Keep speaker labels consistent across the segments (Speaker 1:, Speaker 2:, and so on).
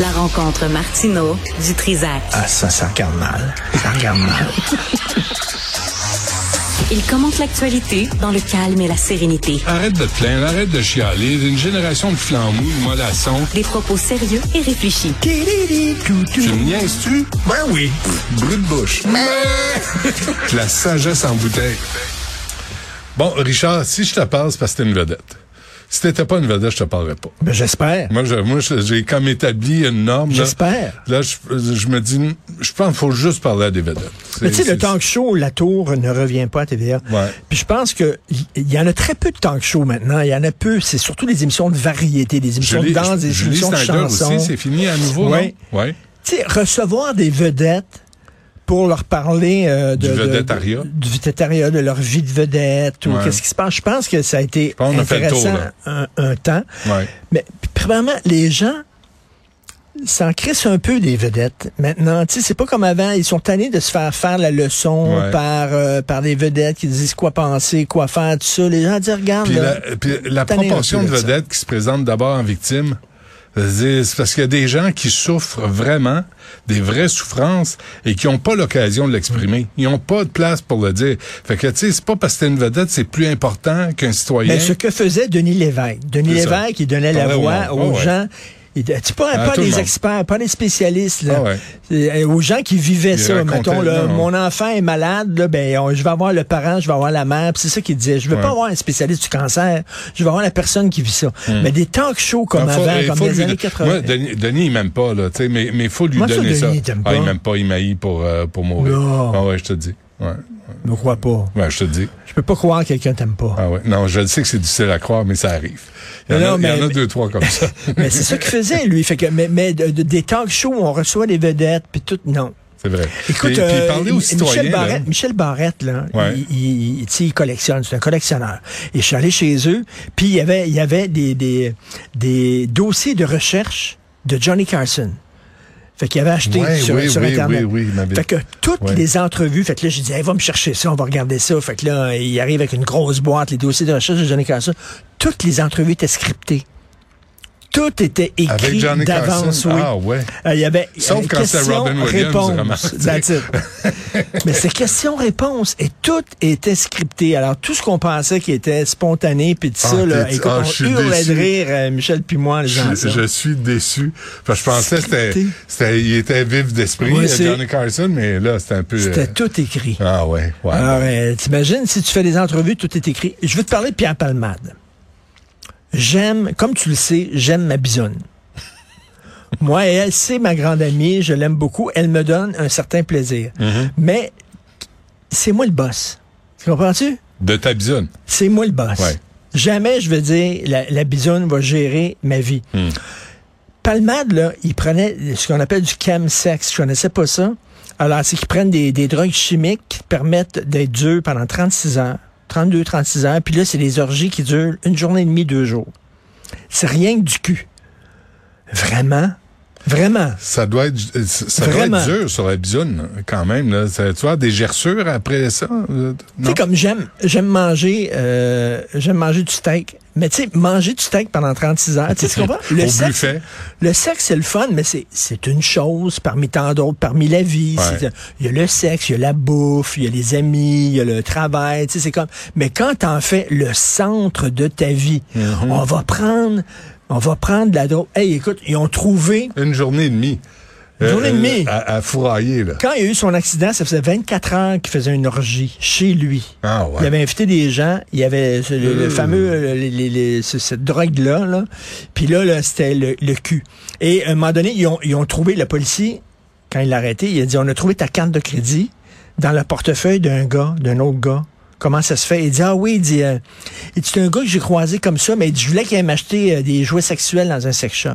Speaker 1: La rencontre Martino du Trizac.
Speaker 2: Ah, ça, ça regarde mal. Ça regarde mal.
Speaker 1: Il commente l'actualité dans le calme et la sérénité.
Speaker 3: Arrête de te plaindre, arrête de chialer. Une génération de flambous, de mollassons.
Speaker 1: Des propos sérieux et réfléchis.
Speaker 3: Tu me niaises-tu?
Speaker 2: Ben oui.
Speaker 3: Brut de bouche. De La sagesse en bouteille. Bon, Richard, si je te parle, c'est parce que t'es une vedette. Si t'étais pas une vedette, je te parlerais pas.
Speaker 2: Ben, j'espère.
Speaker 3: Moi, je- moi, je- j'ai comme établi une norme. là.
Speaker 2: J'espère.
Speaker 3: Là, je, je me dis, je pense qu'il faut juste parler à des vedettes.
Speaker 2: Mais tu sais,
Speaker 3: C'est-
Speaker 2: le talk show, la tour ne revient pas à TVA.
Speaker 3: Ouais.
Speaker 2: Puis je pense que y- il y en a très peu de talk show maintenant. Il y en a peu. C'est surtout des émissions de variété, des émissions de
Speaker 3: Julie-
Speaker 2: danse, des
Speaker 3: Julie
Speaker 2: émissions de
Speaker 3: Snyder
Speaker 2: chansons.
Speaker 3: aussi, c'est fini à nouveau,
Speaker 2: Ouais.
Speaker 3: non? Ouais.
Speaker 2: Tu sais, recevoir des vedettes pour leur parler euh, de,
Speaker 3: Du
Speaker 2: de-
Speaker 3: vedettariat.
Speaker 2: de, du vedettariat, de leur vie de vedette ou
Speaker 3: Ouais.
Speaker 2: qu'est-ce qui se passe. Je pense que ça a été
Speaker 3: pense qu'on a fait le tour,
Speaker 2: intéressant un, un temps.
Speaker 3: Ouais.
Speaker 2: Mais puis, premièrement, les gens s'en crissent un peu des vedettes maintenant. Tu sais, c'est pas comme avant. Ils sont tannés de se faire faire la leçon
Speaker 3: Ouais.
Speaker 2: par euh, par des vedettes qui disent quoi penser, quoi faire, tout ça. Les gens disent regarde.
Speaker 3: Puis
Speaker 2: là,
Speaker 3: la, puis la
Speaker 2: tanné un
Speaker 3: proportion
Speaker 2: peu
Speaker 3: de
Speaker 2: de ça.
Speaker 3: vedettes qui se présentent d'abord en victime, c'est c'est parce qu'il y a des gens qui souffrent vraiment, des vraies souffrances, et qui n'ont pas l'occasion de l'exprimer. Ils n'ont pas de place pour le dire. Fait que, tu sais, c'est pas parce que t'es une vedette, c'est plus important qu'un citoyen.
Speaker 2: Mais ce que faisait Denis Lévesque. Denis
Speaker 3: C'est ça.
Speaker 2: Lévesque, il donnait la
Speaker 3: Parlait au
Speaker 2: voix
Speaker 3: monde.
Speaker 2: aux
Speaker 3: Ah ouais.
Speaker 2: gens. Il- tu pas,
Speaker 3: À
Speaker 2: pas
Speaker 3: tout le
Speaker 2: les
Speaker 3: monde.
Speaker 2: experts, pas les spécialistes, là.
Speaker 3: Ah ouais.
Speaker 2: Euh, aux gens qui vivaient
Speaker 3: Il
Speaker 2: ça.
Speaker 3: racontait,
Speaker 2: Mettons, là,
Speaker 3: non.
Speaker 2: mon enfant est malade, là, ben, on- je vais avoir le parent, je vais avoir la mère. Puis C'est ça qu'il disait. Je veux
Speaker 3: Ouais.
Speaker 2: pas avoir un spécialiste du cancer, je veux avoir la personne qui vit ça.
Speaker 3: Hmm.
Speaker 2: Mais des talk shows comme
Speaker 3: Faut-
Speaker 2: avant,
Speaker 3: il
Speaker 2: comme
Speaker 3: faut
Speaker 2: les
Speaker 3: lui
Speaker 2: années
Speaker 3: don-
Speaker 2: 80.
Speaker 3: Moi, Denis, Denis, il m'aime pas, là, tu sais, mais, mais faut lui
Speaker 2: Moi, ça,
Speaker 3: donner ça.
Speaker 2: Denis, il t'aime
Speaker 3: Ah, il
Speaker 2: pas.
Speaker 3: m'aime pas, il m'haït pour, euh, pour mourir.
Speaker 2: Non.
Speaker 3: Ah ouais, je te dis. Ouais.
Speaker 2: Je ne crois pas.
Speaker 3: Ouais, je te dis.
Speaker 2: Je peux pas croire que quelqu'un t'aime pas.
Speaker 3: Ah ouais. Non, je le sais que c'est difficile à croire, mais ça arrive. Il y en,
Speaker 2: Non,
Speaker 3: a, il y en
Speaker 2: mais-
Speaker 3: a deux, trois comme ça.
Speaker 2: mais c'est ça qu'il faisait, lui. Fait que, mais, mais de- de- des talk shows, on reçoit des vedettes, puis tout, non.
Speaker 3: C'est vrai.
Speaker 2: Écoute,
Speaker 3: puis,
Speaker 2: euh,
Speaker 3: puis parler
Speaker 2: M-
Speaker 3: aux citoyens.
Speaker 2: Michel
Speaker 3: là.
Speaker 2: Barrette, Michel Barrette, là,
Speaker 3: Ouais.
Speaker 2: il- il, il- tu sais, il collectionne, c'est un collectionneur. Et je suis allé chez eux, puis il y avait, il y avait des, des, des dossiers de recherche de Johnny Carson. Fait qu'il avait acheté
Speaker 3: Ouais,
Speaker 2: sur,
Speaker 3: oui,
Speaker 2: sur
Speaker 3: oui,
Speaker 2: Internet.
Speaker 3: oui, oui, il m'avait-
Speaker 2: fait que toutes
Speaker 3: Ouais.
Speaker 2: les entrevues, fait que là, j'ai dit, Hey, va me chercher ça, on va regarder ça. Fait que là, il arrive avec une grosse boîte, les dossiers de recherche de Johnny Carson. Toutes les entrevues étaient scriptées. Tout était
Speaker 3: Avec
Speaker 2: écrit
Speaker 3: Johnny
Speaker 2: d'avance,
Speaker 3: Carson.
Speaker 2: oui.
Speaker 3: Ah ouais.
Speaker 2: Euh, Il y avait
Speaker 3: Sauf
Speaker 2: euh,
Speaker 3: quand c'était
Speaker 2: question,
Speaker 3: Robin Williams,
Speaker 2: réponse,
Speaker 3: vraiment.
Speaker 2: that's it. Mais c'est question-réponse et tout était scripté. Alors tout ce qu'on pensait qui était spontané puis tout
Speaker 3: Ah,
Speaker 2: ça là,
Speaker 3: t'es-
Speaker 2: écoute,
Speaker 3: ah, je
Speaker 2: on
Speaker 3: suis
Speaker 2: hurlait de
Speaker 3: déçu.
Speaker 2: rire euh, Michel puis moi les gens.
Speaker 3: Je, je suis déçu. Parce que je pensais que c'était,
Speaker 2: Scripté.
Speaker 3: c'était- il était vif d'esprit,
Speaker 2: Oui,
Speaker 3: euh,
Speaker 2: c'est-
Speaker 3: Johnny Carson, mais là, c'était un peu. euh,
Speaker 2: C'était tout écrit.
Speaker 3: Ah ouais, ouais.
Speaker 2: Alors euh, t'imagines si tu fais des entrevues, tout est écrit. Je veux te parler de Pierre Palmade. J'aime, comme tu le sais, j'aime ma bisonne. Moi, elle, c'est ma grande amie, je l'aime beaucoup, elle me donne un certain plaisir. Mais c'est moi le boss. Tu comprends-tu?
Speaker 3: De ta bisoune.
Speaker 2: C'est moi le boss.
Speaker 3: Ouais.
Speaker 2: Jamais je veux dire la, la bisoune va gérer ma vie. Palmade, là, il prenait ce qu'on appelle du chemsex. Je connaissais pas ça. Alors, c'est qu'ils prennent des, des drogues chimiques qui te permettent d'être dur pendant 36 heures, 32, 36 heures. Puis là, c'est des orgies qui durent une journée et demie, deux jours. C'est rien que du cul. Vraiment? Vraiment?
Speaker 3: Ça doit être, euh, ça doit
Speaker 2: Vraiment.
Speaker 3: être dur sur la bisoune, quand même. Là. Ça- tu vois, des gerçures après ça? euh,
Speaker 2: Tu
Speaker 3: Non?
Speaker 2: sais, comme j'aime, j'aime manger, euh, j'aime manger du steak. Mais tu sais, manger du steak pendant 36 heures, tu sais, tu comprends?
Speaker 3: Au
Speaker 2: sexe,
Speaker 3: buffet.
Speaker 2: le sexe, c'est le fun, mais c'est, c'est une chose parmi tant d'autres, parmi la vie.
Speaker 3: Ouais.
Speaker 2: C'est- Il y a le sexe, il y a la bouffe, il y a les amis, il y a le travail, tu sais, c'est comme... Mais quand t'en fais le centre de ta vie,
Speaker 3: Mm-hmm.
Speaker 2: on va prendre... On va prendre de la drogue. Hey, écoute, ils ont trouvé...
Speaker 3: Une journée et demie. Euh,
Speaker 2: Une journée et demie.
Speaker 3: À, à fourrailler, là.
Speaker 2: Quand il y a eu son accident, ça faisait 24 heures qu'il faisait une orgie chez lui.
Speaker 3: Ah ouais.
Speaker 2: Il avait invité des gens. Il y avait ce- le, le
Speaker 3: Euh.
Speaker 2: fameux, euh, les- les- les- ce- cette drogue-là. Là. Puis là, là, c'était le, le cul. Et à un moment donné, ils ont, ils ont trouvé, le policier, quand il l'a arrêté, il a dit, on a trouvé ta carte de crédit dans le portefeuille d'un gars, d'un autre gars. Comment ça se fait? Il dit, ah oui, il dit, euh, il dit, c'est un gars que j'ai croisé comme ça, mais il dit, je voulais qu'il aille m'acheter euh, des jouets sexuels dans un sex shop.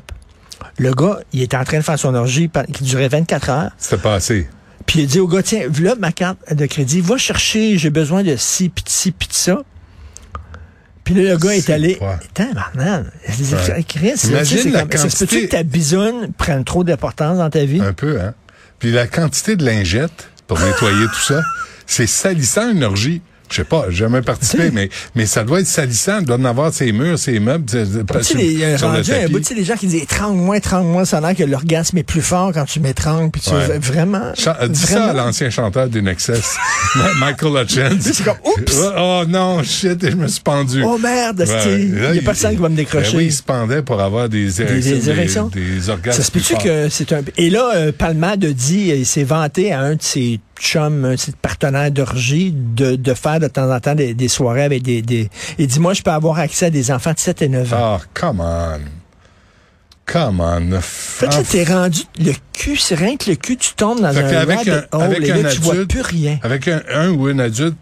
Speaker 2: Le gars, il était en train de faire son orgie par- qui durait 24 heures.
Speaker 3: C'était passé.
Speaker 2: Puis il a dit au gars, tiens, voilà ma carte de crédit, va chercher, j'ai besoin de ci, pis de ci, pis de ça. Puis là, le gars est
Speaker 3: C'est
Speaker 2: allé.
Speaker 3: quoi?
Speaker 2: Attends, Bernard.
Speaker 3: Ouais.
Speaker 2: Chris, là, tu sais,
Speaker 3: Imagine
Speaker 2: c'est
Speaker 3: la
Speaker 2: comme- Ça se peut-tu
Speaker 3: quantité-
Speaker 2: que ta bisoune prenne trop d'importance dans ta vie?
Speaker 3: Un peu, hein. Puis la quantité de lingettes pour nettoyer tout ça, c'est salissant une orgie. Je sais pas, j'ai jamais participé, mais, mais ça doit être salissant. Il doit en avoir ses murs, ses meubles, ses-
Speaker 2: Tu sais, les- il y a un
Speaker 3: sur le
Speaker 2: rendu, un
Speaker 3: tapis.
Speaker 2: bout, tu sais, les gens qui disent étrangle-moi, étrangle-moi, ça a l'air que l'orgasme est plus fort quand tu m'étrangles, puis tu
Speaker 3: Ouais.
Speaker 2: vraiment.
Speaker 3: Cha- euh, dis ça à
Speaker 2: vraiment.
Speaker 3: l'ancien chanteur d'Inexcess, Ma- Michael Hutchins.
Speaker 2: c'est comme, oups!
Speaker 3: Oh, Oh non, shit, je me suis pendu.
Speaker 2: Oh merde,
Speaker 3: Ouais,
Speaker 2: esti,
Speaker 3: là,
Speaker 2: il y a personne qui va me décrocher.
Speaker 3: Ben oui, il se pendait pour avoir des
Speaker 2: Des-
Speaker 3: érections.
Speaker 2: des érections?
Speaker 3: Des, des orgasmes.
Speaker 2: Ça se peut-tu
Speaker 3: plus forts.
Speaker 2: que c'est un. Et là, euh, Palmade dit, euh, il s'est vanté à un de ses chums, un de ses partenaires d'orgie, de, de faire de temps en temps des, des soirées avec des, des. Il dit, moi, je peux avoir accès à des enfants de 7 et 9 ans.
Speaker 3: Ah, come on. Come on.
Speaker 2: Fait que
Speaker 3: Ah,
Speaker 2: là, t'es rendu le cul, c'est rien que le cul, tu tombes dans
Speaker 3: Fait
Speaker 2: un
Speaker 3: qu'avec
Speaker 2: rabbit
Speaker 3: un-
Speaker 2: hole
Speaker 3: avec
Speaker 2: et
Speaker 3: un
Speaker 2: là, tu vois
Speaker 3: adulte,
Speaker 2: plus rien.
Speaker 3: Avec un, un ou une adulte,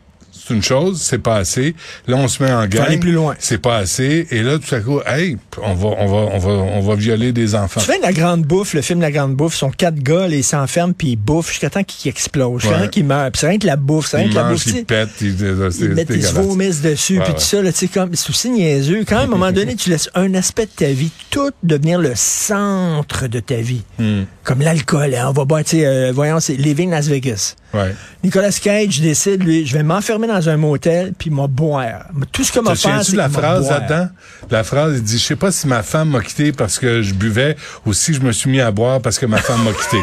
Speaker 3: c'est une chose, c'est pas assez. Là, on se met en gang.
Speaker 2: aller plus loin.
Speaker 3: C'est pas assez. Et là, tout à coup, hey, on va, on va, on va, on va violer des enfants.
Speaker 2: Tu fais la grande bouffe, le film La Grande Bouffe, sont quatre gars, là, ils s'enferment puis ils bouffent jusqu'à temps qu'ils explosent, jusqu'à
Speaker 3: Ouais.
Speaker 2: temps qu'ils meurent. Puis c'est rien que la bouffe, c'est rien
Speaker 3: Ils
Speaker 2: que la
Speaker 3: mangent,
Speaker 2: bouffe. tu sais.
Speaker 3: ils pètent, ils, c'est- c'est
Speaker 2: Ils mettent, ils se
Speaker 3: dégueulasse.
Speaker 2: vomissent dessus,
Speaker 3: Ouais,
Speaker 2: puis tout
Speaker 3: ouais.
Speaker 2: ça, là, tu sais, comme, c'est aussi niaiseux. Quand, à un moment donné, tu laisses un aspect de ta vie, tout devenir le centre de ta vie.
Speaker 3: Hmm.
Speaker 2: Comme l'alcool, hein, on va boire, tu sais, euh, voyons, c'est Living Las Vegas.
Speaker 3: Ouais.
Speaker 2: Nicolas Cage décide, lui, je vais m'enfermer dans un motel, puis m'a boire. Tout ce que m'a
Speaker 3: Te
Speaker 2: fait,
Speaker 3: souviens-tu
Speaker 2: c'est
Speaker 3: de la
Speaker 2: qu'il m'a
Speaker 3: phrase
Speaker 2: boire.
Speaker 3: là-dedans? La phrase, il dit, je sais pas si ma femme m'a quitté parce que je buvais ou si je me suis mis à boire parce que ma femme m'a quitté.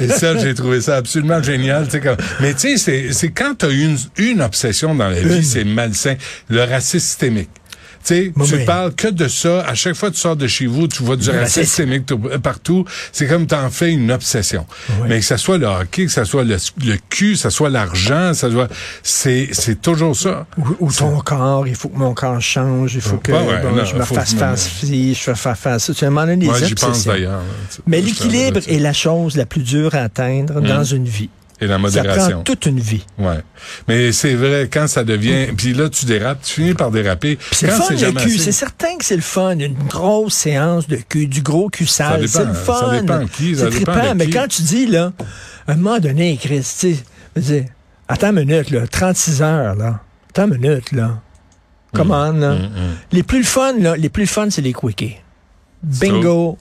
Speaker 3: Et ça, j'ai trouvé ça absolument génial. tu sais, Comme... Mais tu sais, c'est- c'est quand t'as une, une obsession dans la vie, c'est malsain. Le racisme systémique. Tu sais,
Speaker 2: Moi,
Speaker 3: tu
Speaker 2: mais-
Speaker 3: parles que de ça. À chaque fois que tu sors de chez vous, tu vois du
Speaker 2: Le
Speaker 3: racisme
Speaker 2: racisme.
Speaker 3: systémique tout- partout. C'est comme t'en fais une obsession. Mais que ça soit le hockey, que ça soit le, le cul, que ça soit l'argent, ça soit... C'est c'est toujours ça.
Speaker 2: Ou, ou ton corps, il faut que mon corps change, il faut que
Speaker 3: pas, ouais,
Speaker 2: bon,
Speaker 3: non,
Speaker 2: je me
Speaker 3: faut que
Speaker 2: fasse
Speaker 3: je me-
Speaker 2: faire ci, je me fasse faire ça. Tu m'en as des
Speaker 3: Moi, j'y pense
Speaker 2: obsessions.
Speaker 3: d'ailleurs. là, tu sais.
Speaker 2: Mais
Speaker 3: Je
Speaker 2: l'équilibre
Speaker 3: t'en-
Speaker 2: est la chose la plus dure à atteindre dans une vie.
Speaker 3: Et la
Speaker 2: Ça
Speaker 3: modération.
Speaker 2: prend toute une vie.
Speaker 3: Ouais. Mais c'est vrai, quand ça devient... Puis là, tu dérapes, tu finis par déraper.
Speaker 2: Puis c'est le
Speaker 3: Quand
Speaker 2: fun, le
Speaker 3: jamais
Speaker 2: cul.
Speaker 3: assez,
Speaker 2: C'est certain que c'est le fun. Une grosse séance de cul, du gros cul sale.
Speaker 3: dépend,
Speaker 2: C'est le
Speaker 3: ça
Speaker 2: fun.
Speaker 3: dépend qui, ça
Speaker 2: C'est
Speaker 3: dépend
Speaker 2: trippant.
Speaker 3: de
Speaker 2: Mais
Speaker 3: qui.
Speaker 2: quand tu dis, là, à un moment donné, Chris, tu sais, je veux dire, attends une minute, là, 36 heures, là. Attends une minute, là.
Speaker 3: Mm.
Speaker 2: Come on, là. Les plus le fun, là, les plus le fun, c'est les quickies. Bingo.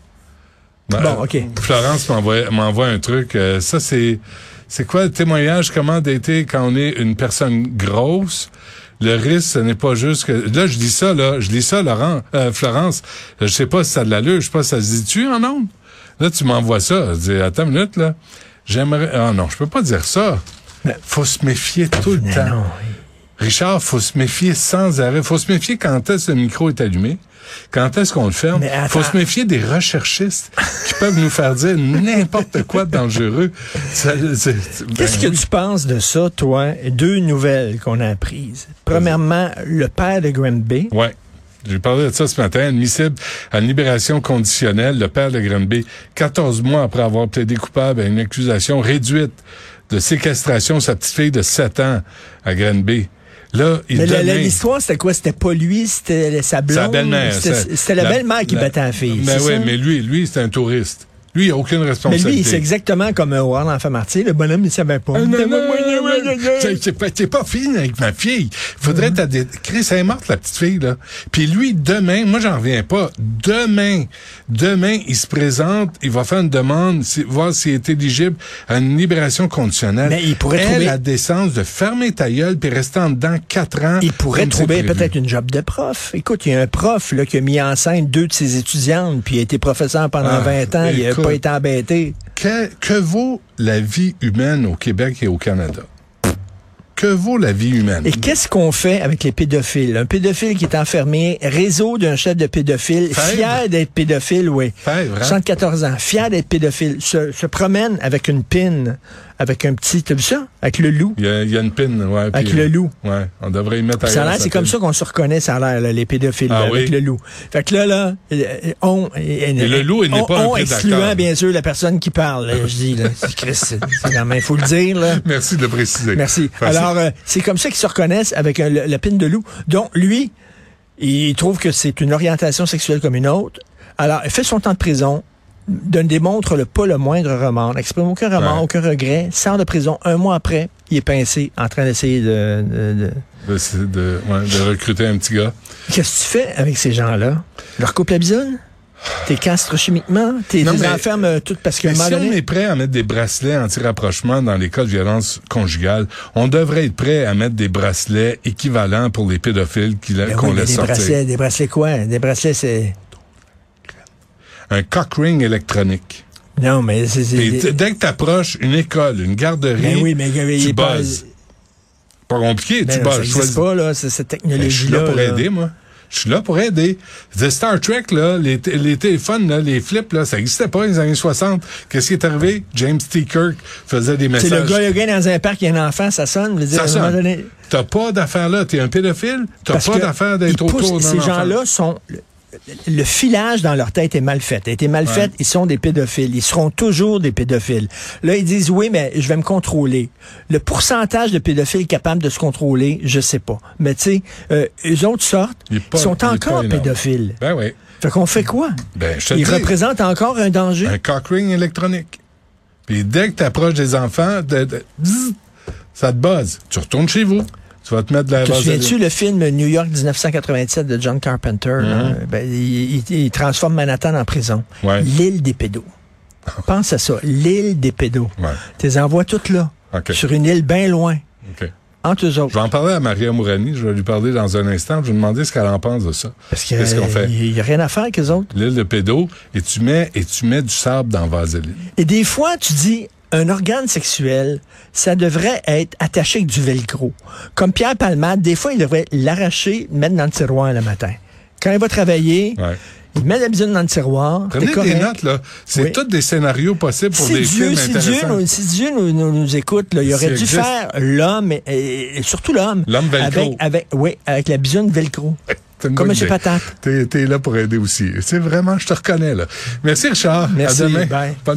Speaker 3: ben,
Speaker 2: Bon, OK.
Speaker 3: Florence m'envoie m'envoie un truc. euh, ça, c'est... C'est quoi le témoignage? Comment dater quand on est une personne grosse? Le risque, ce n'est pas juste que... Là, je dis ça, là. Je dis ça, Laurent, euh, Florence. Je sais pas si ça a de l'allure. Je sais pas si ça se dit-tu en ondes? Là, tu m'envoies ça. Je dis, attends une minute, là. J'aimerais... Ah non, je peux pas dire ça. Faut se méfier tout le temps.
Speaker 2: non,
Speaker 3: Richard, faut se méfier sans arrêt. Faut se méfier quand est-ce que le micro est allumé, quand est-ce qu'on le ferme.
Speaker 2: Mais attends.
Speaker 3: Faut se méfier des recherchistes qui peuvent nous faire dire n'importe quoi de dangereux. Ça, c'est- ben
Speaker 2: Qu'est-ce que
Speaker 3: oui.
Speaker 2: tu penses de ça, toi? Deux nouvelles qu'on a apprises. Premièrement, le père de Grimby.
Speaker 3: Ouais. J'ai parlé de ça ce matin, admissible à une libération conditionnelle, le père de Granby, 14 mois après avoir plaidé coupable à une accusation réduite de séquestration de sa petite fille de 7 ans à Granby. Là, il
Speaker 2: Mais la- la-
Speaker 3: donnait-
Speaker 2: l'histoire, c'était quoi? C'était pas lui, c'était la- sa blonde?
Speaker 3: Sa belle-mère.
Speaker 2: C'était
Speaker 3: ça.
Speaker 2: c'était la, belle-mère qui
Speaker 3: la-
Speaker 2: battait la fille.
Speaker 3: Ben
Speaker 2: c'est
Speaker 3: oui,
Speaker 2: ça?
Speaker 3: mais lui, lui, c'est un touriste. Lui, il n'a aucune
Speaker 2: Mais
Speaker 3: responsabilité.
Speaker 2: lui, c'est exactement comme Howard l'enfant martyr. Le bonhomme, il savait pas.
Speaker 3: Ah, non, non, non, non, c'est- c'est pas- T'es pas fini avec ma fille.
Speaker 2: Mm-hmm.
Speaker 3: Faudrait t'adé- Chris, elle est morte, la petite fille, là. Puis lui, demain, moi, j'en reviens pas. Demain, demain, il se présente, il va faire une demande, si- voir s'il est éligible à une libération conditionnelle.
Speaker 2: Mais il pourrait
Speaker 3: Elle
Speaker 2: trouver-
Speaker 3: la décence de fermer ta gueule puis rester en dedans quatre ans.
Speaker 2: Il pourrait
Speaker 3: comme c'est
Speaker 2: trouver
Speaker 3: prévu.
Speaker 2: peut-être une job de prof. Écoute, il y a un prof là, qui a mis en scène deux de ses étudiantes, puis il a été professeur pendant
Speaker 3: Ah,
Speaker 2: 20 ans, il n'a
Speaker 3: écoute.
Speaker 2: pas été embêté.
Speaker 3: que, que vaut la vie humaine au Québec et au Canada? Que vaut la vie humaine?
Speaker 2: Et qu'est-ce qu'on fait avec les pédophiles? Un pédophile qui est enfermé, réseau d'un chef de pédophile,
Speaker 3: Fèvre.
Speaker 2: fier d'être pédophile, oui.
Speaker 3: Fèvre, hein?
Speaker 2: 74 ans, fier d'être pédophile, se, se promène avec une pine, avec un petit, t'as vu ça? Avec le loup.
Speaker 3: Il y, a, il y a une pine, ouais.
Speaker 2: Avec
Speaker 3: puis- euh,
Speaker 2: le loup.
Speaker 3: Ouais, on devrait y mettre
Speaker 2: Ça a
Speaker 3: ailleurs,
Speaker 2: l'air, c'est
Speaker 3: sa
Speaker 2: comme
Speaker 3: pine.
Speaker 2: ça qu'on se reconnaît, ça a l'air, là, les pédophiles,
Speaker 3: Ah
Speaker 2: là, avec
Speaker 3: oui.
Speaker 2: le loup. Fait que là, là, euh, on... Et
Speaker 3: le loup, il n'est pas un
Speaker 2: On
Speaker 3: prédateur.
Speaker 2: excluant, bien sûr, la personne qui parle, là, je dis, là. C'est Christ, c'est c'est quand même, faut le dire, là.
Speaker 3: Merci de le préciser.
Speaker 2: Merci.
Speaker 3: Parce-
Speaker 2: Alors, euh, c'est comme ça qu'ils se reconnaissent avec euh, le- la pine de loup. Donc, lui, il trouve que c'est une orientation sexuelle comme une autre. Alors, il fait son temps de prison, ne démontre le, pas le moindre remords, n'exprime aucun remords,
Speaker 3: Ouais.
Speaker 2: aucun regret, sort de prison un mois après, il est pincé en train d'essayer de... de- de-
Speaker 3: de, c'est de- ouais, de recruter un petit gars.
Speaker 2: Qu'est-ce que tu fais avec ces gens-là? Leur couple la bisoune? T'es castres chimiquement, t'es
Speaker 3: Non,
Speaker 2: les
Speaker 3: mais-
Speaker 2: enfermes euh, toutes parce que
Speaker 3: Mais
Speaker 2: un moment
Speaker 3: si on
Speaker 2: donné-
Speaker 3: est prêt à mettre des bracelets anti-rapprochement dans les cas de violence conjugale, on devrait être prêt à mettre des bracelets équivalents pour les pédophiles qui-
Speaker 2: Ben
Speaker 3: qu'on
Speaker 2: oui, mais
Speaker 3: laisse
Speaker 2: des
Speaker 3: sortir.
Speaker 2: bracelets, des bracelets quoi? Des bracelets, c'est...
Speaker 3: Un cock ring électronique.
Speaker 2: Non, mais c'est... c'est
Speaker 3: Et
Speaker 2: des-
Speaker 3: t- dès que t'approches une école, une garderie,
Speaker 2: Ben oui, mais il y avait- il y
Speaker 3: tu
Speaker 2: a pas-
Speaker 3: buzzes. Pas compliqué,
Speaker 2: Ben
Speaker 3: tu
Speaker 2: non,
Speaker 3: buzzes.
Speaker 2: ça
Speaker 3: Je
Speaker 2: existe
Speaker 3: choisis-
Speaker 2: pas, là, c'est- cette
Speaker 3: Ben, je suis
Speaker 2: technologie-là.
Speaker 3: là pour
Speaker 2: là.
Speaker 3: aider, moi. Je suis là pour aider. The Star Trek, là, les, t- les téléphones, là, les flips, là, ça n'existait pas dans les années 60. Qu'est-ce qui est arrivé? James T. Kirk faisait des
Speaker 2: C'est
Speaker 3: messages.
Speaker 2: le gars, le gars dans un parc, il y a un enfant, ça sonne. je veux dire, à
Speaker 3: Ça
Speaker 2: un
Speaker 3: sonne.
Speaker 2: moment donné-
Speaker 3: T'as pas d'affaires là. T'es un pédophile. T'as
Speaker 2: Parce
Speaker 3: pas
Speaker 2: que
Speaker 3: d'affaires
Speaker 2: ils
Speaker 3: d'être autour
Speaker 2: poussent-
Speaker 3: d'un
Speaker 2: Ces
Speaker 3: enfant.
Speaker 2: gens-là sont. Le, le filage dans leur tête est mal fait. A été mal
Speaker 3: Ouais.
Speaker 2: fait. Ils sont des pédophiles. Ils seront toujours des pédophiles. Là, ils disent oui, mais je vais me contrôler. Le pourcentage de pédophiles capables de se contrôler, je sais pas. Mais tu sais, euh, eux autres sortent,
Speaker 3: Il est pas-
Speaker 2: ils sont
Speaker 3: il est
Speaker 2: encore
Speaker 3: pas énorme.
Speaker 2: pédophiles.
Speaker 3: Ben oui.
Speaker 2: Fait qu'on fait quoi
Speaker 3: Ben, je te le
Speaker 2: Ils
Speaker 3: dis,
Speaker 2: représentent encore un danger.
Speaker 3: un cock ring électronique. Puis dès que t'approches des enfants, de- de- bzzz, ça te buzz. Tu retournes chez vous. Tu vas te mettre de la
Speaker 2: Te
Speaker 3: vaseline.
Speaker 2: souviens-tu le film New York 1987 de John Carpenter?
Speaker 3: Mm-hmm.
Speaker 2: là? Ben, il, il- il transforme Manhattan en prison.
Speaker 3: Ouais.
Speaker 2: L'île des pédos. Pense à ça. L'île des pédos.
Speaker 3: Ouais.
Speaker 2: Tu les envoies toutes là.
Speaker 3: OK.
Speaker 2: Sur une île bien loin.
Speaker 3: OK.
Speaker 2: Entre eux
Speaker 3: Je vais
Speaker 2: autres.
Speaker 3: en parler à Maria Mourani. Je vais lui parler dans un instant. Je vais lui demander ce qu'elle en pense de ça.
Speaker 2: Parce qu'il
Speaker 3: Qu'est-ce qu'on fait?
Speaker 2: n'y a rien à faire avec eux autres.
Speaker 3: L'île de pédo. Et tu mets, et tu mets du sable dans la vaseline.
Speaker 2: Et des fois, tu dis, un organe sexuel, ça devrait être attaché avec du velcro. Comme Pierre Palmade, des fois, il devrait l'arracher, le mettre dans le tiroir le matin. Quand il va travailler,
Speaker 3: Ouais.
Speaker 2: il met la bison dans le tiroir. t'es
Speaker 3: Prenez des
Speaker 2: correct.
Speaker 3: notes, là. C'est
Speaker 2: Oui.
Speaker 3: tous des scénarios possibles pour
Speaker 2: si
Speaker 3: des
Speaker 2: Dieu,
Speaker 3: films
Speaker 2: si Dieu,
Speaker 3: intéressants.
Speaker 2: nous, si Dieu nous, nous- nous écoute, là, il
Speaker 3: Ça
Speaker 2: aurait dû
Speaker 3: existe.
Speaker 2: faire l'homme, et, et- et surtout l'homme.
Speaker 3: L'homme velcro.
Speaker 2: Avec, avec, oui, avec la bisoune velcro.
Speaker 3: C'est une
Speaker 2: Comme
Speaker 3: bonne
Speaker 2: M.
Speaker 3: idée.
Speaker 2: Patate.
Speaker 3: T'es, t'es là pour aider aussi. C'est vraiment, je te reconnais, là. Merci, Richard.
Speaker 2: Merci,
Speaker 3: À demain.
Speaker 2: bye.
Speaker 3: Bonne